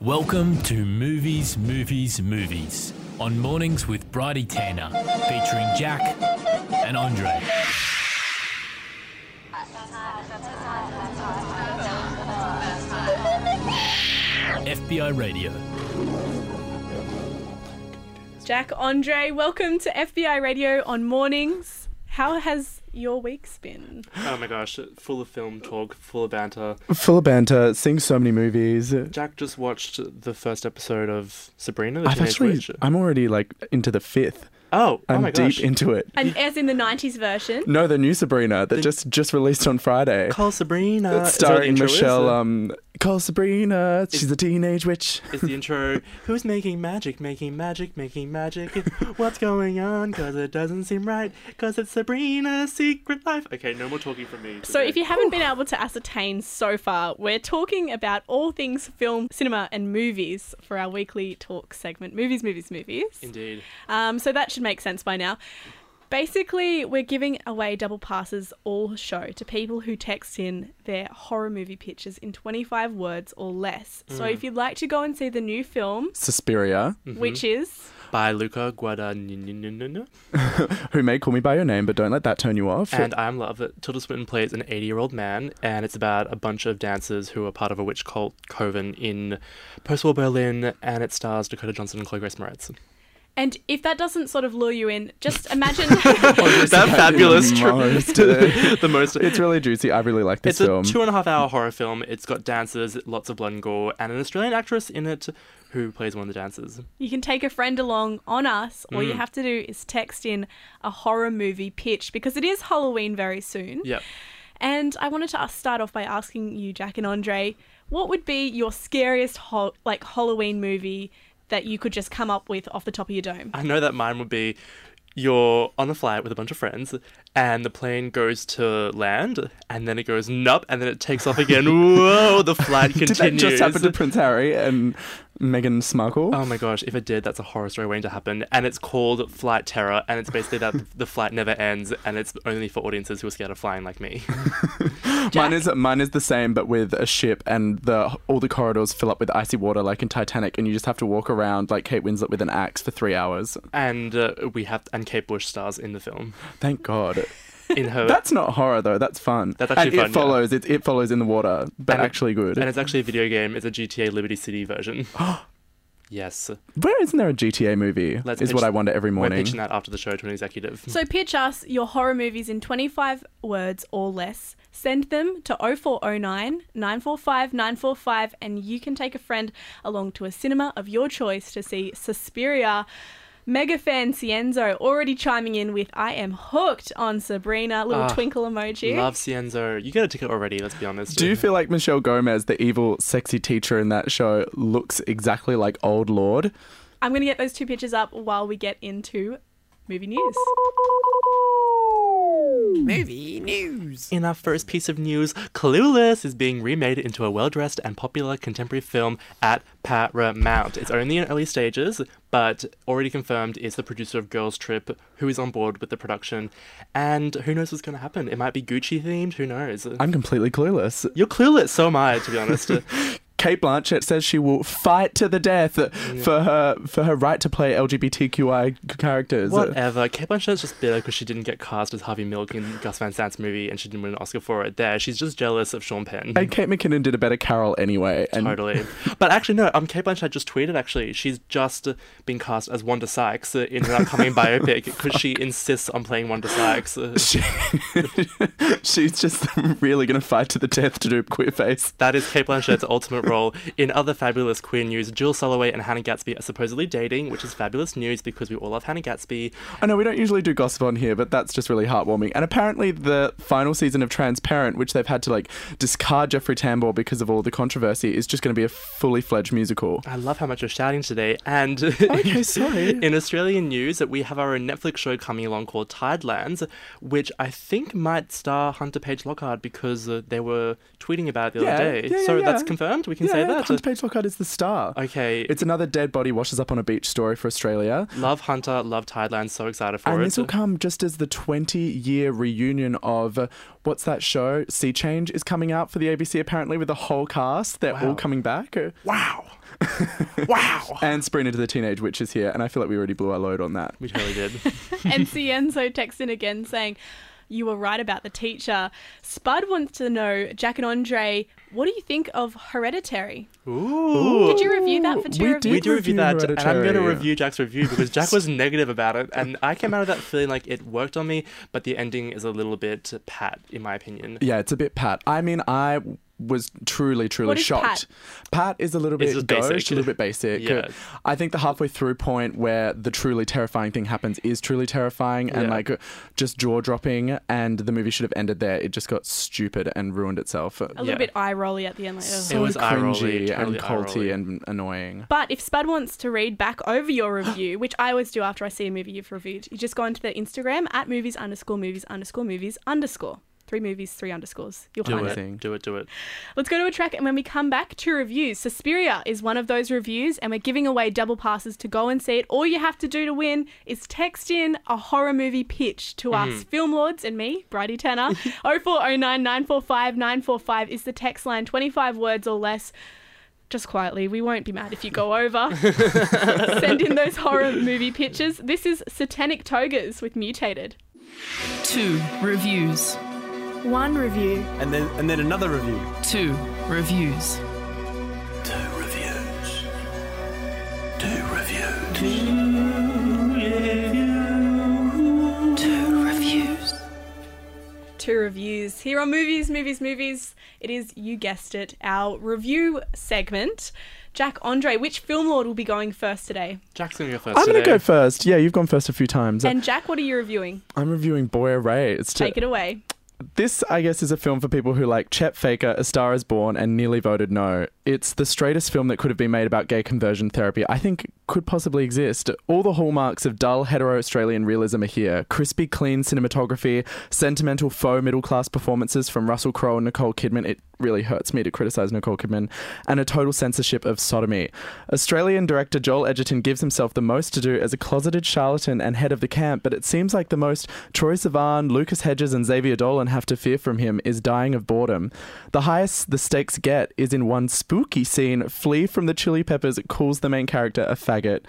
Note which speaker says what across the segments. Speaker 1: Welcome to Movies, Movies, Movies on Mornings with Bridie Tanner, featuring Jack and Andre. FBI Radio.
Speaker 2: Jack Andre, welcome to FBI Radio on mornings. How has your weeks been?
Speaker 3: Oh my gosh, full of film talk, full of banter.
Speaker 4: Full of banter, seeing so many movies.
Speaker 3: Jack just watched the first episode of Sabrina, the
Speaker 4: I've
Speaker 3: Teenage
Speaker 4: actually,
Speaker 3: Witch.
Speaker 4: I'm already like into the fifth.
Speaker 3: oh, oh
Speaker 4: I'm
Speaker 3: my gosh.
Speaker 4: deep into it.
Speaker 2: And as in the 90s version,
Speaker 4: No, the new Sabrina that just just released on Friday.
Speaker 3: Call Sabrina.
Speaker 4: It's
Speaker 3: Is there an
Speaker 4: starring
Speaker 3: intro, is
Speaker 4: Michelle.
Speaker 3: there?
Speaker 4: Um, call Sabrina. She's a teenage witch.
Speaker 3: Is the intro, who's making magic, making magic, making magic? What's going on? Because it doesn't seem right. Because it's Sabrina's secret life. Okay, no more talking from me.
Speaker 2: so
Speaker 3: today.
Speaker 2: if you haven't been able to ascertain so far, we're talking about all things film, cinema, and movies for our weekly talk segment Movies, Movies, Movies.
Speaker 3: Indeed.
Speaker 2: Um, so that should make sense by now. Basically, we're giving away double passes all show to people who text in their horror movie pictures in 25 words or less. So if you'd like to go and see the new film,
Speaker 4: Suspiria,
Speaker 3: Hmm.
Speaker 2: which is
Speaker 3: By Luca Guadagnino.
Speaker 4: who may call me by your name, but don't let that turn you off.
Speaker 3: And I'm Love. Tilda Swinton plays an 80 year old man, and it's about a bunch of dancers who are part of a witch cult coven in post war Berlin, and it stars Dakota Johnson and Chloe Grace Moretz.
Speaker 2: And if that doesn't sort of lure you in, just imagine.
Speaker 3: that fabulous
Speaker 4: the most,
Speaker 3: trip. the most.
Speaker 4: it's really juicy. I really like this
Speaker 3: It's a
Speaker 4: film.
Speaker 3: two and a half hour horror film. It's got dancers, lots of blood and gore, and an Australian actress in it who plays one of the dancers.
Speaker 2: you can take a friend along on us. All you have to do is text in a horror movie pitch because it is Halloween very soon.
Speaker 3: Yep.
Speaker 2: And I wanted to ask- start off by asking you, Jack and Andre, what would be your scariest ho- like Halloween movie that you could just come up with off the top of your dome?
Speaker 3: I know that mine would be you're on a flight with a bunch of friends and the plane goes to land and then it goes nup and then it takes off again. Whoa, the flight
Speaker 4: Did
Speaker 3: continues.
Speaker 4: that just happen to Prince Harry and Meghan Markle?
Speaker 3: Oh my gosh, if it did, that's a horror story waiting to happen. And it's called Flight Terror, and it's basically that the flight never ends, and it's only for audiences who are scared of flying like me.
Speaker 4: Mine is mine is the same, but with a ship, and the all the corridors fill up with icy water, like in Titanic, and you just have to walk around like Kate Winslet with an axe for three hours.
Speaker 3: And uh, we have, and Kate Bush stars in the film.
Speaker 4: Thank God.
Speaker 3: In her.
Speaker 4: That's not horror though. That's fun.
Speaker 3: That's actually
Speaker 4: and
Speaker 3: fun,
Speaker 4: It
Speaker 3: yeah.
Speaker 4: follows. It, it follows in the water, but
Speaker 3: And it-
Speaker 4: actually good.
Speaker 3: and it's actually a video game, it's a GTA Liberty City version. yes.
Speaker 4: Where isn't there a GTA movie?
Speaker 3: Let's
Speaker 4: is
Speaker 3: pitch-
Speaker 4: what I wonder every
Speaker 3: We're
Speaker 4: morning.
Speaker 3: pitching that after the show to an executive.
Speaker 2: So pitch us your horror movies in 25 words or less. Send them to 0409 945 945 and you can take a friend along to a cinema of your choice to see Suspiria. Mega fan Cienzo already chiming in with I am hooked on Sabrina, little
Speaker 3: Ah,
Speaker 2: twinkle emoji.
Speaker 3: Love Cienzo. You got a ticket already, let's be honest.
Speaker 4: Do you feel like Michelle Gomez, the evil, sexy teacher in that show, looks exactly like Old Lord?
Speaker 2: I'm going to get those two pictures up while we get into movie news.
Speaker 3: In our first piece of news, Clueless is being remade into a well dressed and popular contemporary film at Paramount. It's only in early stages, but already confirmed is the producer of Girls Trip who is on board with the production. And who knows what's going to happen? It might be Gucci themed, who knows?
Speaker 4: I'm completely clueless.
Speaker 3: You're clueless, so am I, to be honest.
Speaker 4: Kate Blanchett says she will fight to the death for her for her right to play LGBTQI characters.
Speaker 3: Whatever. Kate Blanchett's just bitter because she didn't get cast as Harvey Milk in Gus Van Sant's movie and she didn't win an Oscar for it there. She's just jealous of Sean Penn.
Speaker 4: And Kate McKinnon did a better Carol anyway. And
Speaker 3: Totally. But actually, no. Um, Kate Blanchett just tweeted. Actually, she's just uh, been cast as Wanda Sykes uh, in her upcoming biopic because she insists on playing Wanda Sykes. Uh,
Speaker 4: she, she's just really gonna fight to the death to do Queerface.
Speaker 3: that is Kate Blanchett's ultimate role. In other fabulous queer news, Jill Soloway and Hannah Gatsby are supposedly dating, which is fabulous news because we all love Hannah Gatsby.
Speaker 4: I know we don't usually do gossip on here, but that's just really heartwarming. And apparently, the final season of Transparent, which they've had to like discard Jeffrey Tambor because of all the controversy, is just going to be a fully fledged musical.
Speaker 3: I love how much you're shouting today. And
Speaker 4: Okay, sorry.
Speaker 3: in Australian news, that we have our own Netflix show coming along called Tidelands, which I think might star Hunter Page Lockhart because uh, they were tweeting about it the
Speaker 4: Yeah,
Speaker 3: other day.
Speaker 4: yeah, yeah,
Speaker 3: so that's
Speaker 4: yeah.
Speaker 3: confirmed. We can can say that.
Speaker 4: Hunter Page Lockhart is the star.
Speaker 3: Okay.
Speaker 4: It's another dead body washes up on a beach story for Australia.
Speaker 3: Love Hunter, love Thailand. So excited for
Speaker 4: And
Speaker 3: it.
Speaker 4: this will come just as the 20 year reunion of uh, what's that show? Sea Change is coming out for the ABC apparently with the whole cast. They're all
Speaker 3: Wow.
Speaker 4: coming back. Uh,
Speaker 3: wow. wow.
Speaker 4: And Sabrina to the Teenage Witch is here. And I feel like we already blew our load on that.
Speaker 3: We totally did.
Speaker 2: NCNzo texts in again saying, You were right about the teacher. Spud wants to know, Jack and Andre, what do you think of Hereditary?
Speaker 3: Ooh.
Speaker 2: Did you review that for two
Speaker 4: we
Speaker 2: reviews?
Speaker 4: did
Speaker 3: we do review
Speaker 4: review
Speaker 3: that, and I'm going to
Speaker 4: Hereditary.
Speaker 3: review Jack's review because Jack was negative about it, and I came out of that feeling like it worked on me, but the ending is a little bit pat, in my opinion.
Speaker 4: Yeah, it's a bit pat. I mean, I was truly, truly
Speaker 2: What is
Speaker 4: shocked. Pat? is a little
Speaker 3: It's
Speaker 4: bit
Speaker 3: just
Speaker 4: gauche,
Speaker 3: basic.
Speaker 4: a little bit basic.
Speaker 3: Yeah.
Speaker 4: I think the halfway through point where the truly terrifying thing happens is truly terrifying and
Speaker 3: Yeah.
Speaker 4: like just jaw dropping, and the movie should have ended there. It just got stupid and ruined itself.
Speaker 2: A little
Speaker 3: Yeah.
Speaker 2: bit eye rolly at the end, like, ugh.
Speaker 3: It was eye-rolly,
Speaker 4: cringy
Speaker 3: totally
Speaker 4: and culty
Speaker 3: eye-rolly.
Speaker 4: and annoying.
Speaker 2: But if Spud wants to read back over your review, which I always do after I see a movie you've reviewed, you just go onto the Instagram at movies underscore movies underscore movies underscore. Three movies, three underscores. You'll
Speaker 3: Do
Speaker 2: find
Speaker 3: it,
Speaker 2: it.
Speaker 4: Amazing.
Speaker 3: do it, do it.
Speaker 2: Let's go to a track, and when we come back, two reviews. Suspiria is one of those reviews, and we're giving away double passes to go and see it. All you have to do to win is text in a horror movie pitch to us, Film Lords and me, Bridie Tanner. 0409 945 945 is the text line, 25 words or less. Just quietly, we won't be mad if you go over. Send in those horror movie pitches. This is Satanic Togas with Mutated.
Speaker 5: Two reviews.
Speaker 6: One review.
Speaker 7: and then and then another review.
Speaker 5: Two reviews.
Speaker 8: Two reviews. Two reviews. Two reviews.
Speaker 2: Two reviews here on Movies, Movies, Movies. It is, you guessed it, our review segment. Jack Andre, which film lord will be going first today?
Speaker 3: Jack's going to go 1st
Speaker 4: I'm going to go first. Yeah, you've gone first a few times.
Speaker 2: And Jack, what are you reviewing?
Speaker 4: I'm reviewing Boyer Ray. It's to-
Speaker 2: Take it away.
Speaker 4: this, I guess, is a film for people who like Chet Faker, A Star Is Born, and nearly voted no. It's the straightest film that could have been made about gay conversion therapy. I think could possibly exist. All the hallmarks of dull hetero Australian realism are here: crispy, clean cinematography, sentimental faux middle class performances from Russell Crowe and Nicole Kidman. It really hurts me to criticize Nicole Kidman, and a total censorship of sodomy. Australian director Joel Edgerton gives himself the most to do as a closeted charlatan and head of the camp, but it seems like the most Troy Sivan, Lucas Hedges, and Xavier Dolan have to fear from him is dying of boredom. The highest the stakes get is in one spooky scene, Flea from the Chili Peppers calls the main character a faggot.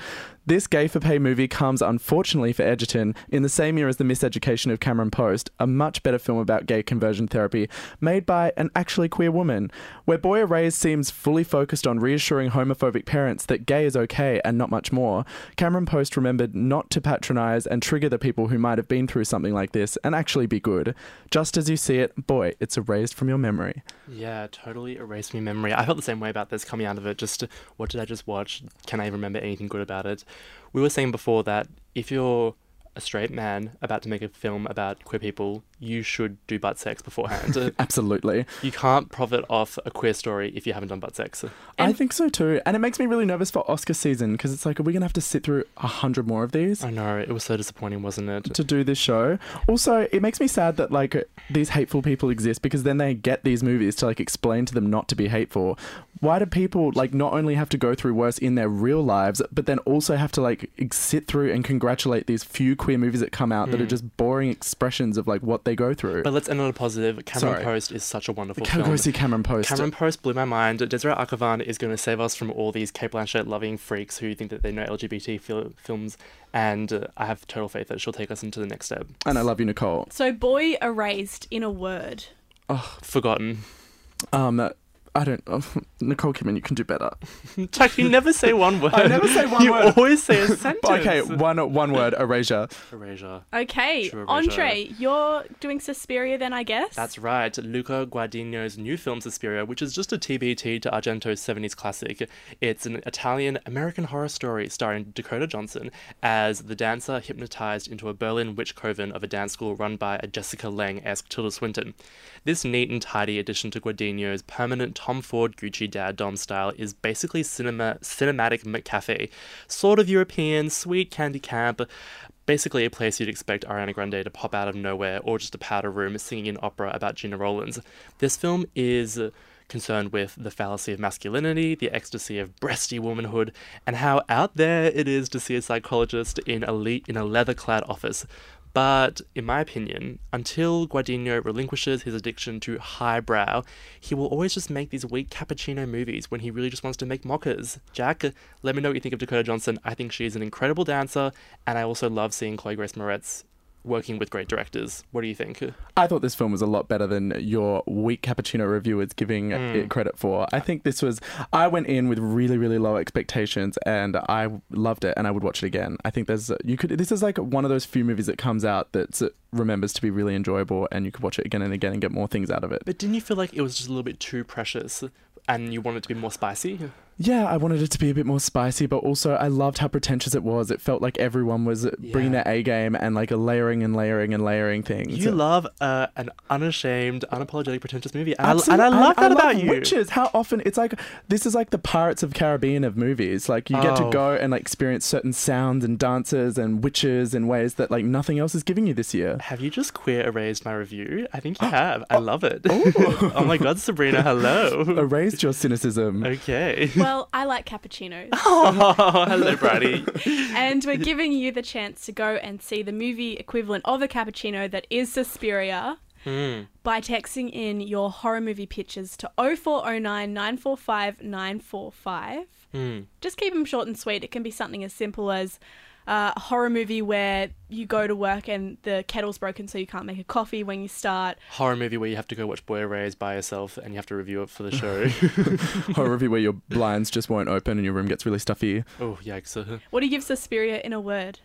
Speaker 4: This gay for pay movie comes, unfortunately for Edgerton, in the same year as The Miseducation of Cameron Post, a much better film about gay conversion therapy made by an actually queer woman, where Boyer Reyes seems fully focused on reassuring homophobic parents that gay is okay and not much more. Cameron Post remembered not to patronize and trigger the people who might have been through something like this and actually be good. Just as you see it, boy, it's erased from your memory.
Speaker 3: Yeah, totally erased my memory. I felt the same way about this coming out of it. Just what did I just watch? Can I remember anything good about it? We were saying before that if you're a straight man about to make a film about queer people, you should do butt sex beforehand.
Speaker 4: Absolutely.
Speaker 3: you can't profit off a queer story if you haven't done butt sex.
Speaker 4: I think so too. And it makes me really nervous for Oscar season because it's like, are we going to have to sit through a hundred more of these?
Speaker 3: I know, it was so disappointing, wasn't it?
Speaker 4: to do this show. Also, it makes me sad that like these hateful people exist because then they get these movies to like explain to them not to be hateful. Why do people like not only have to go through worse in their real lives, but then also have to like ex- sit through and congratulate these few queer movies that come out that are just boring expressions of like what they go through?
Speaker 3: Mm. But let's end on a positive. Cameron
Speaker 4: Sorry.
Speaker 3: Post is such a wonderful
Speaker 4: Can we go
Speaker 3: film.
Speaker 4: see Cameron Post?
Speaker 3: Cameron Post blew my mind. Desiree Akavan is going to save us from all these Kate Blanchett loving freaks who think that they know LGBT fil- films, and uh, I have total faith that she'll take us into the next step.
Speaker 4: and I love you, Nicole.
Speaker 2: So, boy erased in a word.
Speaker 3: Forgotten.
Speaker 4: Um, I don't. Nicole Kidman, you can do better.
Speaker 3: Chuck, you never say one word.
Speaker 4: I never say one
Speaker 3: you
Speaker 4: word.
Speaker 3: always say a sentence.
Speaker 4: Okay, one one word erasure.
Speaker 3: Erasure.
Speaker 2: Okay,
Speaker 3: True erasure.
Speaker 2: Andre, you're doing Suspiria then, I guess?
Speaker 3: That's right, Luca Guadagnino's new film Suspiria, which is just a TBT to Argento's 70s classic. It's an Italian American horror story starring Dakota Johnson as the dancer hypnotized into a Berlin witch coven of a dance school run by a Jessica Lange esque Tilda Swinton. This neat and tidy addition to Guadagnino's permanent Tom Ford Gucci Dad Dom style is basically cinema cinematic McCafe, sort of European, sweet candy camp, basically a place you'd expect Ariana Grande to pop out of nowhere or just a powder room singing an opera about Gina Rollins. This film is concerned with the fallacy of masculinity, the ecstasy of breasty womanhood, and how out there it is to see a psychologist in a, le- in a leather clad office. But in my opinion, until Guadagnino relinquishes his addiction to highbrow, he will always just make these weak cappuccino movies when he really just wants to make mockers. Jack, let me know what you think of Dakota Johnson. I think she is an incredible dancer, and I also love seeing Chloe Grace Moretz working with great directors. What do you think?
Speaker 4: I thought this film was a lot better than your weak cappuccino review is giving
Speaker 3: Mm.
Speaker 4: it credit for. I think this was. I went in with really, really low expectations, and I loved it, and I would watch it again. I think there's you could. This is like one of those few movies that comes out that remembers to be really enjoyable, and you could watch it again and again and get more things out of it.
Speaker 3: But didn't you feel like it was just a little bit too precious and you wanted to be more spicy?
Speaker 4: Yeah, I wanted it to be a bit more spicy, but also I loved how pretentious it was. It felt like everyone was bringing
Speaker 3: Yeah.
Speaker 4: their A game and like a layering and layering and layering things.
Speaker 3: You love uh, an unashamed, unapologetic, pretentious movie. And, I, and I love that about you.
Speaker 4: Witches, how often it's like this is like the Pirates of Caribbean of movies. Like you get
Speaker 3: Oh.
Speaker 4: to go and like experience certain sounds and dances and witches in ways that like nothing else is giving you this year.
Speaker 3: Have you just queer erased my review? I think you have. I love it. oh my god, Sabrina, hello.
Speaker 4: Erased your cynicism.
Speaker 3: Okay.
Speaker 2: Well, I like cappuccinos.
Speaker 3: Oh, hello, Brady.
Speaker 2: and we're giving you the chance to go and see the movie equivalent of a cappuccino that is Suspiria
Speaker 3: Hmm.
Speaker 2: by texting in your horror movie pictures to 0409 945 945.
Speaker 3: Hmm.
Speaker 2: Just keep them short and sweet. It can be something as simple as uh, a horror movie where you go to work and the kettle's broken so you can't make a coffee when you start.
Speaker 3: Horror movie where you have to go watch Boy Erased by yourself and you have to review it for the show.
Speaker 4: Horror review where your blinds just won't open and your room gets really stuffy.
Speaker 3: oh, yikes.
Speaker 2: What do you give Suspiria in a word?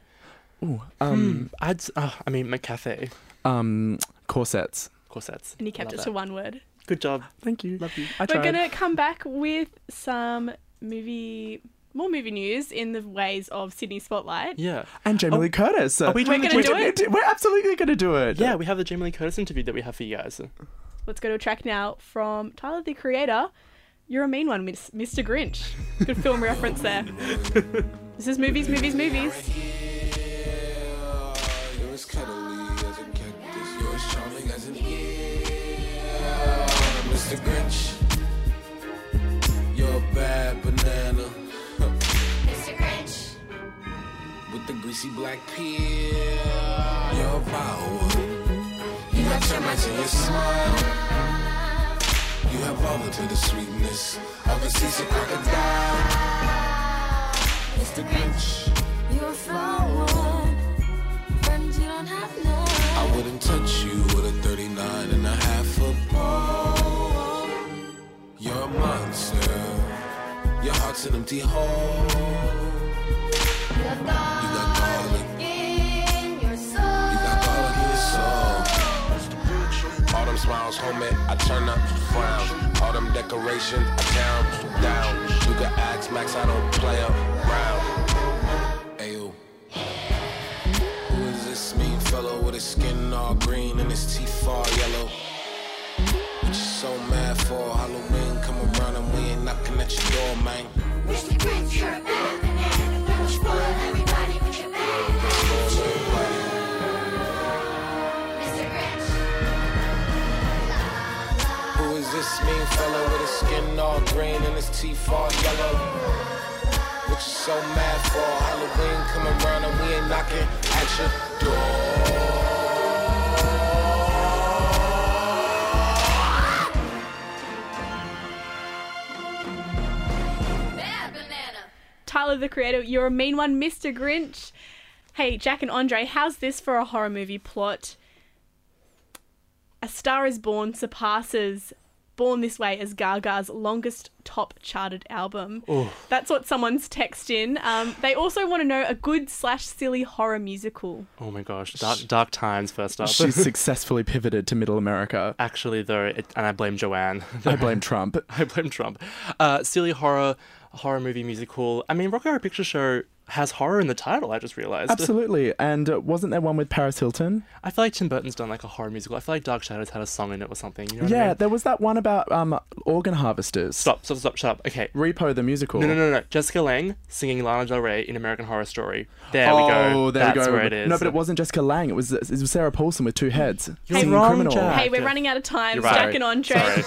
Speaker 3: Hmm.
Speaker 4: Um,
Speaker 3: I'd, uh, I mean, McCafe.
Speaker 4: um, corsets.
Speaker 3: Corsets.
Speaker 2: And you kept
Speaker 3: Love
Speaker 2: it
Speaker 3: that.
Speaker 2: to one word.
Speaker 3: Good job.
Speaker 4: Thank you.
Speaker 3: Love you.
Speaker 4: I
Speaker 2: We're
Speaker 4: tried.
Speaker 2: going to come back with some movie, more movie news in the ways of Sydney Spotlight.
Speaker 3: Yeah.
Speaker 4: And Jamie
Speaker 3: Oh,
Speaker 4: Lee Curtis.
Speaker 3: Are we doing
Speaker 2: We're
Speaker 3: the
Speaker 2: gonna
Speaker 3: Jamie-
Speaker 2: do it.
Speaker 4: We're absolutely going to do it.
Speaker 3: Yeah, we have the Jamie Lee Curtis interview that we have for you guys.
Speaker 2: Let's go to a track now from Tyler the Creator. You're a mean one, Miss- Mr. Grinch. Good film reference there. this is movies, movies, movies.
Speaker 7: You're as cuddly as a cactus. You're as charming as an eel. Mr. Grinch, you're a bad banana.
Speaker 9: Mr. Grinch.
Speaker 7: With the greasy black peel, you're a firewood. You got termites in your smile. You have all to the sweetness of a seasoned crocodile.
Speaker 9: Mr. Grinch. You're a flower. Friend, you don't have
Speaker 7: I
Speaker 9: none.
Speaker 7: wouldn't touch you with a 39 and a half foot pole. You're a monster. Your heart's an empty hole.
Speaker 9: You have
Speaker 7: You got garlic,
Speaker 9: garlic in your
Speaker 7: you got
Speaker 9: soul.
Speaker 7: garlic in your soul. All them smiles, homie, I turn up frown. All them decorations, I down, down. You can ask Max, I don't play around. Ayo. Who is this mean fellow with his skin all green and his teeth all yellow? What you so mad for? Halloween come around and we ain't knocking at your door, man.
Speaker 9: Mr. Grinch, you're a bad banana. Don't spoil everybody with your bad
Speaker 7: Spoil everybody.
Speaker 9: Mr. Grinch.
Speaker 7: Who is this mean fella with his skin all green and his teeth all yellow? What you so mad for? Halloween come around and we ain't knocking at your door.
Speaker 9: Bad banana.
Speaker 2: Tyler the Creator, you're a mean one, Mr. Grinch. Hey, Jack and Andre, how's this for a horror movie plot? A Star is Born surpasses Born This Way as Gaga's longest top charted album. That's what someone's text in. Um, they also want to know a good slash silly horror musical.
Speaker 3: Oh my gosh, dark, dark times first up.
Speaker 4: She's successfully pivoted to middle America.
Speaker 3: Actually, though, it, and I blame Joanne.
Speaker 4: I blame Trump.
Speaker 3: I blame Trump. Uh, silly horror, horror movie musical. I mean, Rock Horror Picture Show has horror in the title. I just realized.
Speaker 4: Absolutely. And uh, wasn't there one with Paris Hilton?
Speaker 3: I feel like Tim Burton's done like a horror musical. I feel like Dark Shadows had a song in it or something. You know what I
Speaker 4: yeah,
Speaker 3: mean?
Speaker 4: there was that one about um, organ harvesters.
Speaker 3: Stop, stop, stop, shut up. Okay.
Speaker 4: Repo the musical.
Speaker 3: No, no, no, no. Jessica Lange singing Lana Del Rey in American Horror Story. There we go.
Speaker 4: Oh, there
Speaker 3: That's
Speaker 4: we go.
Speaker 3: where it is.
Speaker 4: No, but it wasn't Jessica Lang. It was it was Sarah Paulson with two heads.
Speaker 3: You're
Speaker 4: Singing
Speaker 3: wrong,
Speaker 4: criminal.
Speaker 3: Jack.
Speaker 2: Hey, we're
Speaker 3: Yeah.
Speaker 2: running out of time.
Speaker 3: You're right.
Speaker 2: Jack and Andre.
Speaker 3: Sorry.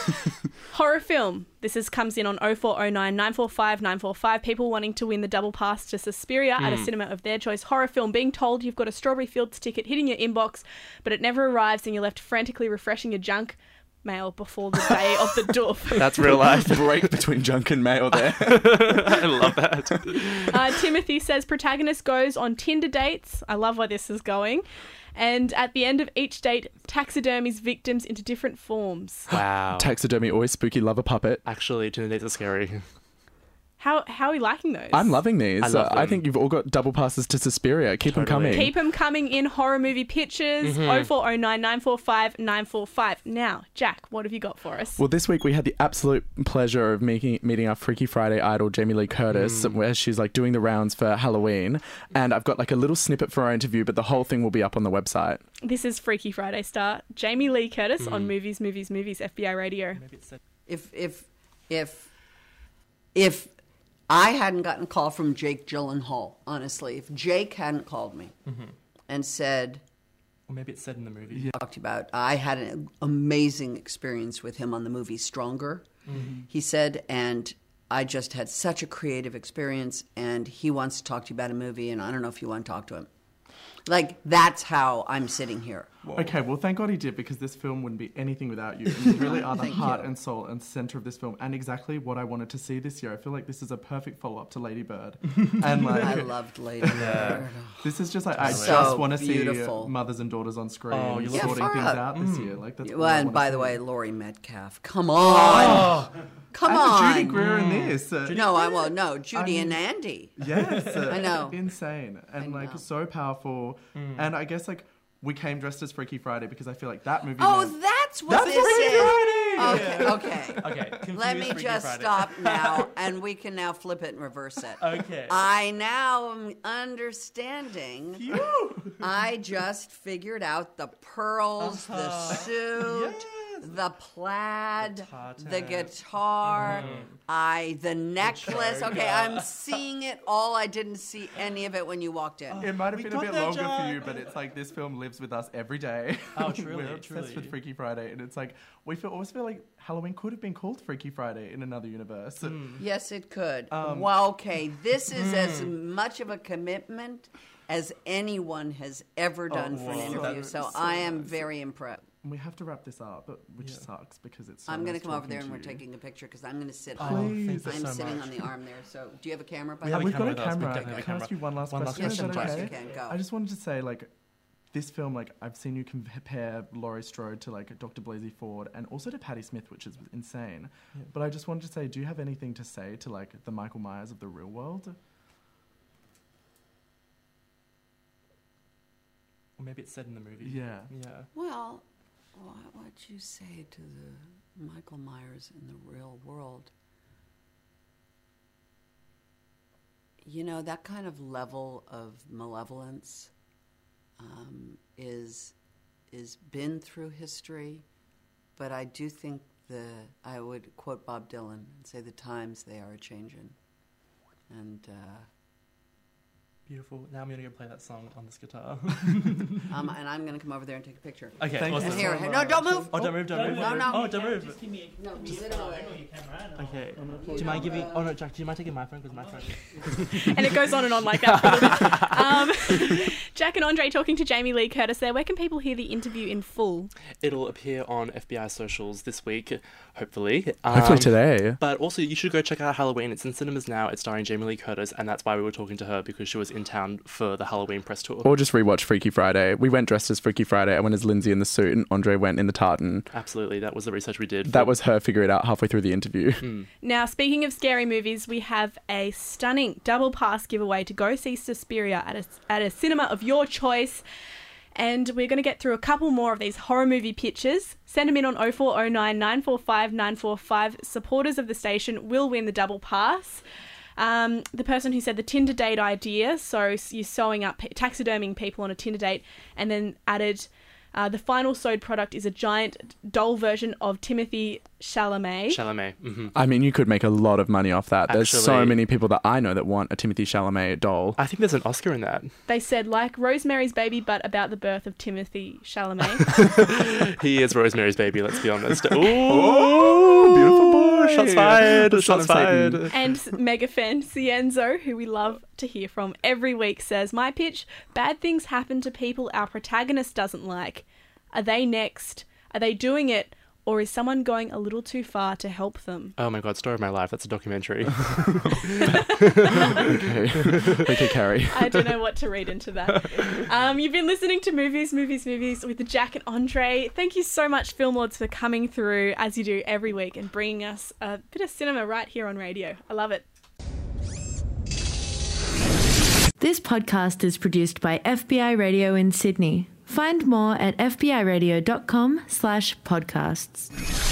Speaker 2: Horror film. This is, comes in on 0409 945 945. People wanting to win the double pass to Suspiria at a cinema of their choice. Horror film. Being told you've got a Strawberry Fields ticket hitting your inbox, but it never arrives and you're left frantically refreshing your junk mail before the day of the doof.
Speaker 3: That's real life.
Speaker 4: Break between junk and mail there.
Speaker 3: I love that.
Speaker 2: Uh, Timothy says protagonist goes on Tinder dates. I love where this is going. And at the end of each date, taxidermies victims into different forms.
Speaker 3: Wow.
Speaker 4: Taxidermy always spooky lover puppet.
Speaker 3: Actually, Tinder dates are scary.
Speaker 2: How, how are we liking those?
Speaker 4: I'm loving these.
Speaker 3: I love
Speaker 4: Uh, I
Speaker 3: them.
Speaker 4: think you've all got double passes to Suspiria. Keep them
Speaker 3: Totally.
Speaker 4: coming.
Speaker 2: Keep them coming in horror movie pictures. 0409 945 945. Now, Jack, what have you got for us?
Speaker 4: Well, this week we had the absolute pleasure of meeting, meeting our Freaky Friday idol, Jamie Lee Curtis,
Speaker 10: Hmm.
Speaker 4: where she's like doing the rounds for Halloween. And I've got like a little snippet for our interview, but the whole thing will be up on the website.
Speaker 2: This is Freaky Friday star Jamie Lee Curtis on Movies, Movies, Movies, FBI Radio.
Speaker 10: if if if if I hadn't gotten a call from Jake Gyllenhaal, honestly, if Jake hadn't called me and said,
Speaker 3: Or maybe it's said in the movie.
Speaker 10: talked about, I had an amazing experience with him on the movie Stronger, he said, and I just had such a creative experience, and he wants to talk to you about a movie, and I don't know if you want to talk to him. Like, that's how I'm sitting here.
Speaker 4: Okay, well, thank God he did because this film wouldn't be anything without you. You really are the heart and soul and center of this film, and exactly what I wanted to see this year. I feel like this is a perfect follow up to Lady Bird, and like
Speaker 10: I loved Lady Bird.
Speaker 4: this is just like I
Speaker 10: So
Speaker 4: just want to see
Speaker 10: beautiful.
Speaker 4: mothers and daughters on screen
Speaker 3: Oh, you look-
Speaker 10: Yeah,
Speaker 4: sorting
Speaker 10: far
Speaker 4: things
Speaker 10: out. Hmm.
Speaker 4: out this year. Like that's all
Speaker 10: Well,
Speaker 4: I
Speaker 10: and
Speaker 4: wanna
Speaker 10: by
Speaker 4: see.
Speaker 10: the way, Laurie Metcalf. Come on. Come
Speaker 4: Oh.
Speaker 10: on.
Speaker 4: Judy Greer in
Speaker 10: hmm.
Speaker 4: this. uh,
Speaker 10: No, I won't. No, Judy and Andy.
Speaker 4: Yes. I
Speaker 10: know.
Speaker 4: Insane and like
Speaker 10: Oh. know.
Speaker 4: so powerful.
Speaker 3: Hmm.
Speaker 4: And I guess like we came dressed as Freaky Friday because I feel like that movie.
Speaker 10: Oh,
Speaker 4: meant-
Speaker 10: that's what
Speaker 4: That's
Speaker 10: this
Speaker 4: Freaky Friday!
Speaker 10: is. Okay, okay.
Speaker 3: Okay. confused
Speaker 10: Let me
Speaker 3: Freaky
Speaker 10: just
Speaker 3: Friday.
Speaker 10: stop now, and we can now flip it and reverse it.
Speaker 3: Okay.
Speaker 10: I now am understanding. I just figured out the pearls, the suit, the plaid, the, guitar, I the necklace. okay, I'm seeing it all. I didn't see any of it when you walked in.
Speaker 4: It might have
Speaker 3: We
Speaker 4: been a
Speaker 3: got
Speaker 4: bit
Speaker 3: there,
Speaker 4: longer for
Speaker 3: Jack.
Speaker 4: you, but it's like this film lives with us every day.
Speaker 3: Oh, truly,
Speaker 4: We're obsessed
Speaker 3: truly.
Speaker 4: with Freaky Friday, and it's like we feel always feel like Halloween could have been called Freaky Friday in another universe.
Speaker 3: Hmm.
Speaker 10: Yes, it could. well, okay, this is as much of a commitment as anyone has ever done for an interview, so, I am very impressed.
Speaker 4: And we have to wrap this up, but- which sucks because it's. So
Speaker 10: I'm going
Speaker 4: nice
Speaker 10: to come over
Speaker 4: talking
Speaker 10: there and
Speaker 4: to
Speaker 10: we're
Speaker 4: you.
Speaker 10: taking a picture because I'm going to sit.
Speaker 4: Oh,
Speaker 10: on,
Speaker 4: thank you
Speaker 10: I'm
Speaker 4: so
Speaker 10: sitting
Speaker 4: much.
Speaker 10: on the arm there. So, do you have a camera? By
Speaker 3: We
Speaker 10: the
Speaker 3: have
Speaker 10: way?
Speaker 4: We've got a
Speaker 3: with us, we
Speaker 4: camera.
Speaker 3: don't have a
Speaker 4: Can I
Speaker 3: camera.
Speaker 4: ask you one last
Speaker 3: One last
Speaker 4: question? Is that
Speaker 10: question,
Speaker 4: okay?
Speaker 10: please. Yes, you can, go.
Speaker 4: I just wanted to say, like, this film, like, I've seen you compare Laurie Strode to like Dr. Blasey Ford and also to Patti Smith, which is insane. But I just wanted to say, do you have anything to say to like the Michael Myers of the real world?
Speaker 3: Or maybe it's said in the movie.
Speaker 4: Yeah.
Speaker 3: Yeah.
Speaker 10: Well, what would you say to the Michael Myers in the real world? You know, that kind of level of malevolence um, is is been through history, but I do think the I would quote Bob Dylan and say the times they are a changing, and. Uh,
Speaker 3: Beautiful. Now I'm gonna go play that song on this guitar.
Speaker 10: Um, and I'm going to come over there and take a picture.
Speaker 3: okay.
Speaker 4: Thank you
Speaker 3: awesome.
Speaker 4: so
Speaker 10: Here, here- no, don't move.
Speaker 3: Oh, don't move, don't move.
Speaker 10: No,
Speaker 3: don't
Speaker 10: no.
Speaker 3: move. Oh, don't move.
Speaker 10: No, sit away.
Speaker 3: Okay. Do you mind giving? Oh no, Jack. Do you mind taking my phone? Because my phone.
Speaker 2: And it goes on and on like that. for a little bit. um, Jack and Andre talking to Jamie Lee Curtis there. Where can people hear the interview in full?
Speaker 3: It'll appear on FBI socials this week, hopefully. Um,
Speaker 4: Hopefully today.
Speaker 3: But also, you should go check out Halloween. It's in cinemas now. It's starring Jamie Lee Curtis, and that's why we were talking to her because she was in town for the Halloween press tour.
Speaker 4: Or just rewatch Freaky Friday. We went dressed as Freaky Friday. I went as Lindsay in the suit, and Andre went in the tartan.
Speaker 3: Absolutely, that was the research we did.
Speaker 4: That was her figuring it out halfway through the interview.
Speaker 3: Mm.
Speaker 2: Now, speaking of scary movies, we have a stunning double pass giveaway to go see Suspiria at a, at a cinema of your choice. And we're going to get through a couple more of these horror movie pictures. Send them in on 0409 945 945. Supporters of the station will win the double pass. Um, the person who said the Tinder date idea, so you're sewing up, taxiderming people on a Tinder date, and then added uh, the final sewed product is a giant doll version of Timothy Chalamet.
Speaker 3: Chalamet. Mm-hmm.
Speaker 4: I mean, you could make a lot of money off that. There's so
Speaker 3: Actually-
Speaker 4: many people that I know that want a Timothy Chalamet doll.
Speaker 3: I think there's an Oscar in that.
Speaker 2: They said like Rosemary's Baby, but about the birth of Timothy Chalamet.
Speaker 3: He is Rosemary's Baby. Let's be honest.
Speaker 4: Oh,
Speaker 3: Ooh,
Speaker 4: beautiful boy.
Speaker 3: Shots fired.
Speaker 4: The son
Speaker 3: Oh. Shots
Speaker 4: of Satan.
Speaker 3: fired.
Speaker 2: and mega fan Cienzo, who we love to hear from every week, says my pitch: bad things happen to people our protagonist doesn't like. Are they next? Are they doing it, or is someone going a little too far to help them?
Speaker 3: Oh my god, story of my life. That's a documentary.
Speaker 4: okay, Carrie.
Speaker 2: I don't know what to read into that. Um, you've been listening to Movies, Movies, Movies with Jack and Andre. Thank you so much, Film Lords, for coming through as you do every week and bringing us a bit of cinema right here on radio. I love it.
Speaker 11: This podcast is produced by FBI Radio in Sydney. Find more at fbiradio.com slash podcasts.